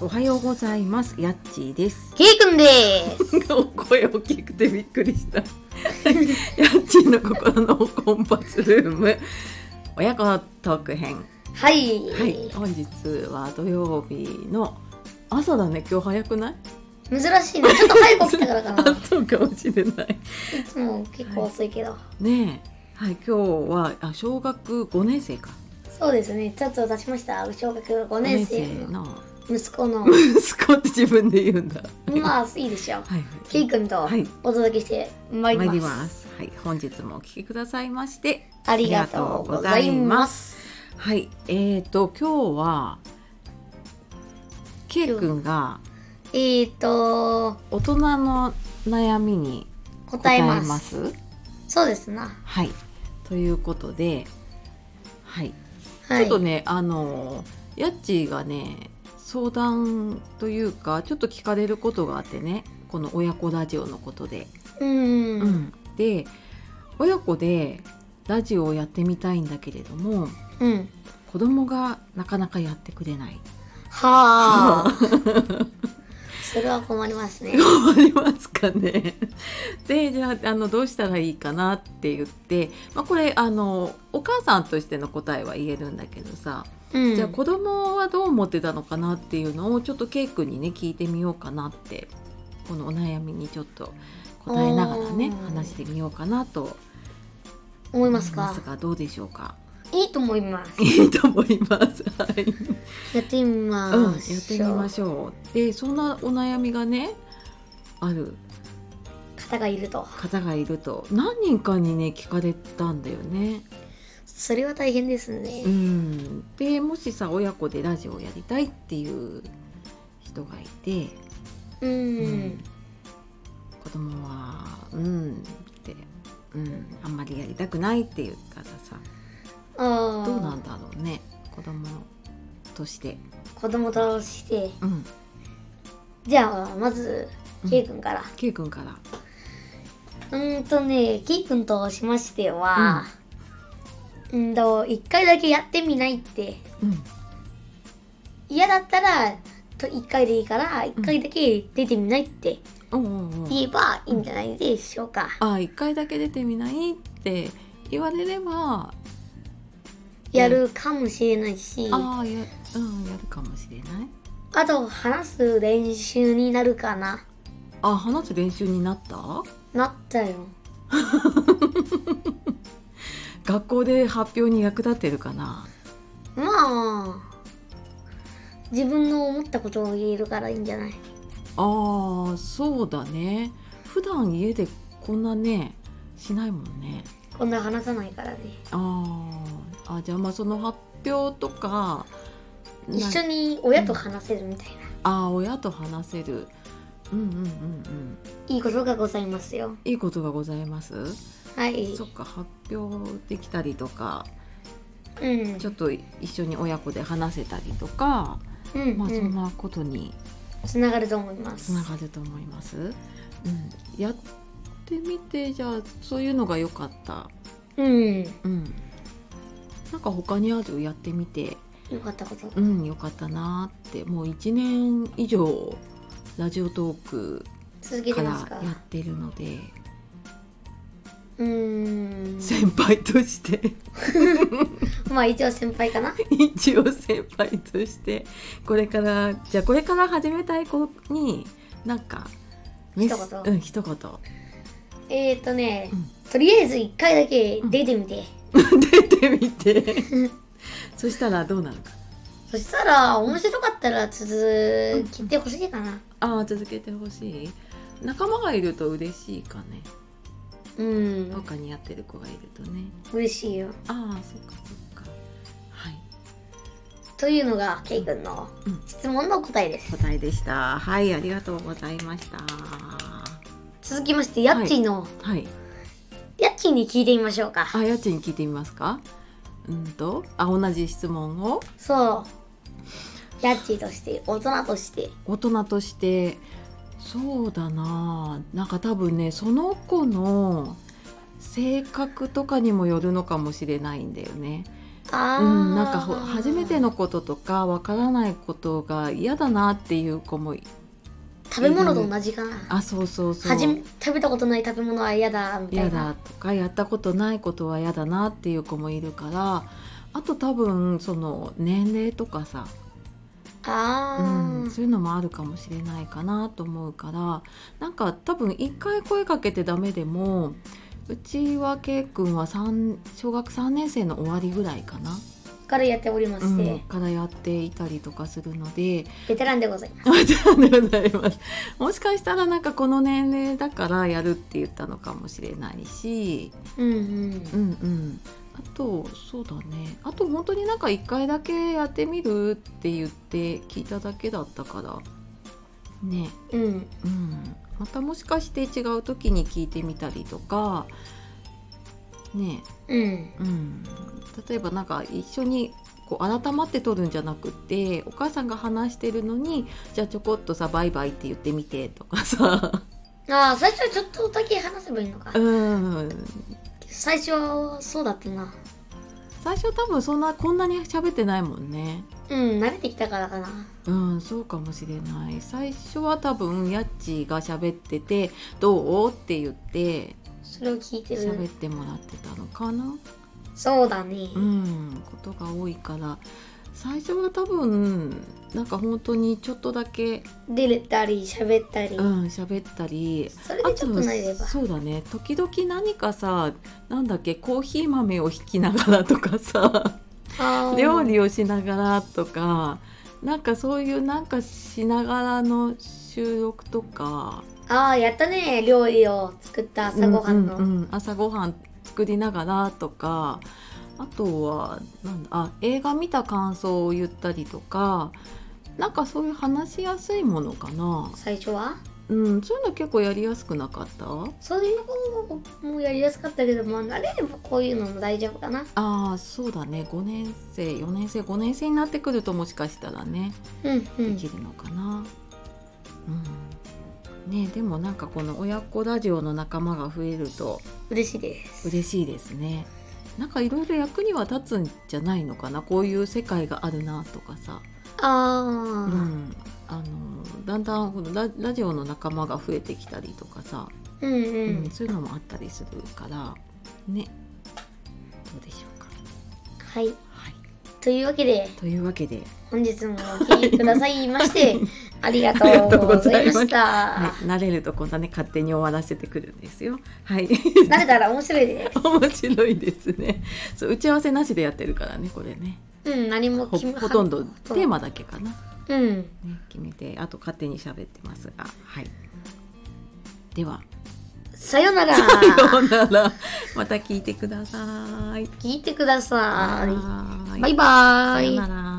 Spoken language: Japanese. おはようございます。やっちー です。ケイくんです。声大きくてびっくりした。やっちーの心のコンパスルーム。 親子のトーク編。はい。はい、本日は土曜日の朝だね。今日早くない？珍しいね。ちょっと早く起きたからか な。あいそうかもしれない。つも結構遅いけど。ねえ、はい、今日はあ小学5年生か。そうですね。ちょっと出しました。小学5 5年生のの 息子の。息子って自分で言うんだ。まあ、いいでしょう。はい、ケイくんとはいお届けしてまいり参りま。ますす。はい、本日もお聞きくださいまして。ありがとうございます。はい、えーと今日は K 君がえーと、大人の悩みに答答ええま。ますす。そうですな。はい、ということで、はい、はちい。ょっとねあのやっちーがね相談というかちょっと聞かれることがあってねこの親子ラジオのことで。うん。う。ん、で親子でラジオをやってみたいんだけれどもうん。子供がなかなかやってくれない。はあ。それは困りますね。ありますかね。 でじゃああのどうしたらいいかなって言って、まあ、これあのお母さんとしての答えは言えるんだけどさ、うん。じゃあ子供はどう思ってたのかなっていうのをちょっとケイ君にね聞いてみようかなってこのお悩みにちょっと答えながらねおー話してみようかなと思い思まいすまかすがどうでしょうか。いいと思います。いいと思います。はい、やってみまうん、しょう。やってみましょう。でそんなお悩みがねある方がいると。方がいると何人かにね聞かれたんだよね。それは大変ですねう。ん、でもしさ親子でラジオをやりたいっていう人がいて、うん。子供は「うん」って、うん「あんまりやりたくない」って言ったらさああ。どうなんだろうね子供として。子供として。うん、じゃあ、まず、ケイ君から。 K 君から。うーんとね、ケイ君としましては、うんと、一回だけやってみないって。うん嫌だったら、と一回でいいから、一回だけ出てみないっておうおうおう言えばいいんじゃないでしょうか。あ一回だけ出てみないって言われればやるかもしれないし、ああや,、うん、やるかもしれない。あと話す練習になるかな。あ話す練習になったなったよ。学校で発表に役立ってるかなまあ自分の思ったことを言えるからいいんじゃないあーそうだね普段家でこんなねしないもんねこんな話さないからねあーあじゃあまあその発表とかな一緒に親と話せるみたいな、あー親と話せるうんうんうんうんいいことがございますよいいことがございますはいそっか発表できたりとかうんちょっと一緒に親子で話せたりとかうんまあそんうなことにんつながると思いますつながると思います、うん、やってみてじゃあそういうのが良かったうんようん、なんか他にあるやってみてかったことうんよかったなーってもう1年以上ラジオトーク続けてかますらかやってるのでうん先輩として まあ一応先輩かな一応先輩としてこれからじゃあこれから始めたい子になんかメス一言うん一えー、っとね、うんとりあえず一回だけ出てみて、言 出てみ てそしたらどうなるかそしたら面白かったら続けてほしいかなああ続けてほしい仲間がいると嬉しいかねうん他にやってる子がいるとね、嬉しいよああそっかそっかはいというのがケイ君のうん質問の答えです、答えでしたはいありがとうございました続きましてヤッチーの、はいヤッチーに聞いてみましょうかあ家賃聞いてみますかうんとあ同じ質問をそうヤッチーとして大人として大人としてそうだななんか多分ねその子の性格とかにもよるのかもしれないんだよねあーうん、なんかほ初めてのこととかわからないことが嫌だなっていう子もい食べ物と同じかなあそうそうそうはじめ食べたことない食べ物は嫌だみた嫌いなだとかやったことないことは嫌だなっていう子もいるからあと多分その年齢とかさ、あー、うん、そういうのもあるかもしれないかなと思うからなんか多分一回声かけてダメでもうちは K 君は三小学3年生の終わりぐらいかな、からやっておりまうして、ん、からやっていたりとかするのでベテランでございますベテラン でございますもしかしたらなんかこの年齢だからやるって言ったのかもしれないしうんううんんうんあとそうだねあと本当になんか1回だけやってみるって言って聞いただけだったからねうんうんまたもしかして違う時に聞いてみたりとかねうんうん、例えばなんか一緒にこう改まって撮るんじゃなくてお母さんが話してるのにじゃあちょこっとさ「バイバイ」って言ってみてとかさああ最初はちょっとだけ話せばいいのかうん最初はそうだったな最初多分そんなこんなに喋ってないもんねうん慣れてきたからかなうんそうかもしれない最初は多分やっちが喋ってて「どう?」って言ってそれを聞いて喋っるてもらってたのかなそうだねうん、ことが多いから最初は多分なんか本当にちょっとだけ出れたり喋ったり、うん喋ったりそれでちょっと慣れればそうだね時々何かさなんだっけコーヒー豆をひきながらとかさあー料理をしながらとかなんかそういうなんかしながらの収録とかああやったね料理を作った朝ごはんの、うんうんうん朝ごはん作りながらとかあとはなんだあ映画見た感想を言ったりとかなんかそういう話しやすいものかな、最初はうん、そういうの結構やりやすくなかったそういう方もやりやすかったけども慣れればこういうのも大丈夫かなああそうだね5年生4年生5年生になってくるともしかしたらねうんうでんきるのかな。うんねえ、でもなんかこの親子ラジオの仲間が増えると嬉しいです嬉しいですね。なんかいろいろ役には立つんじゃないのかなこういう世界があるなとかさ、うああん、あのだんだんこのララジオの仲間が増えてきたりとかさ、うんうん、うんそういうのもあったりするからねどうでしょうか。はいはい、というわけでというわけで、本日もお聞きくださいまして、ありがとうございました。はい、慣れるとこんなね勝手に終わらせてくるんですよ。 はい、慣れたら面白いです。面白いですねそう。打ち合わせなしでやってるからねこれねうん、何もほ決めほとんどはテーマだけかな。うん、ね、決めてあと勝手に喋ってますがはいで はさよ なら。さようならまた聞いてください聞いてください。はーいバイバーイ。さようなら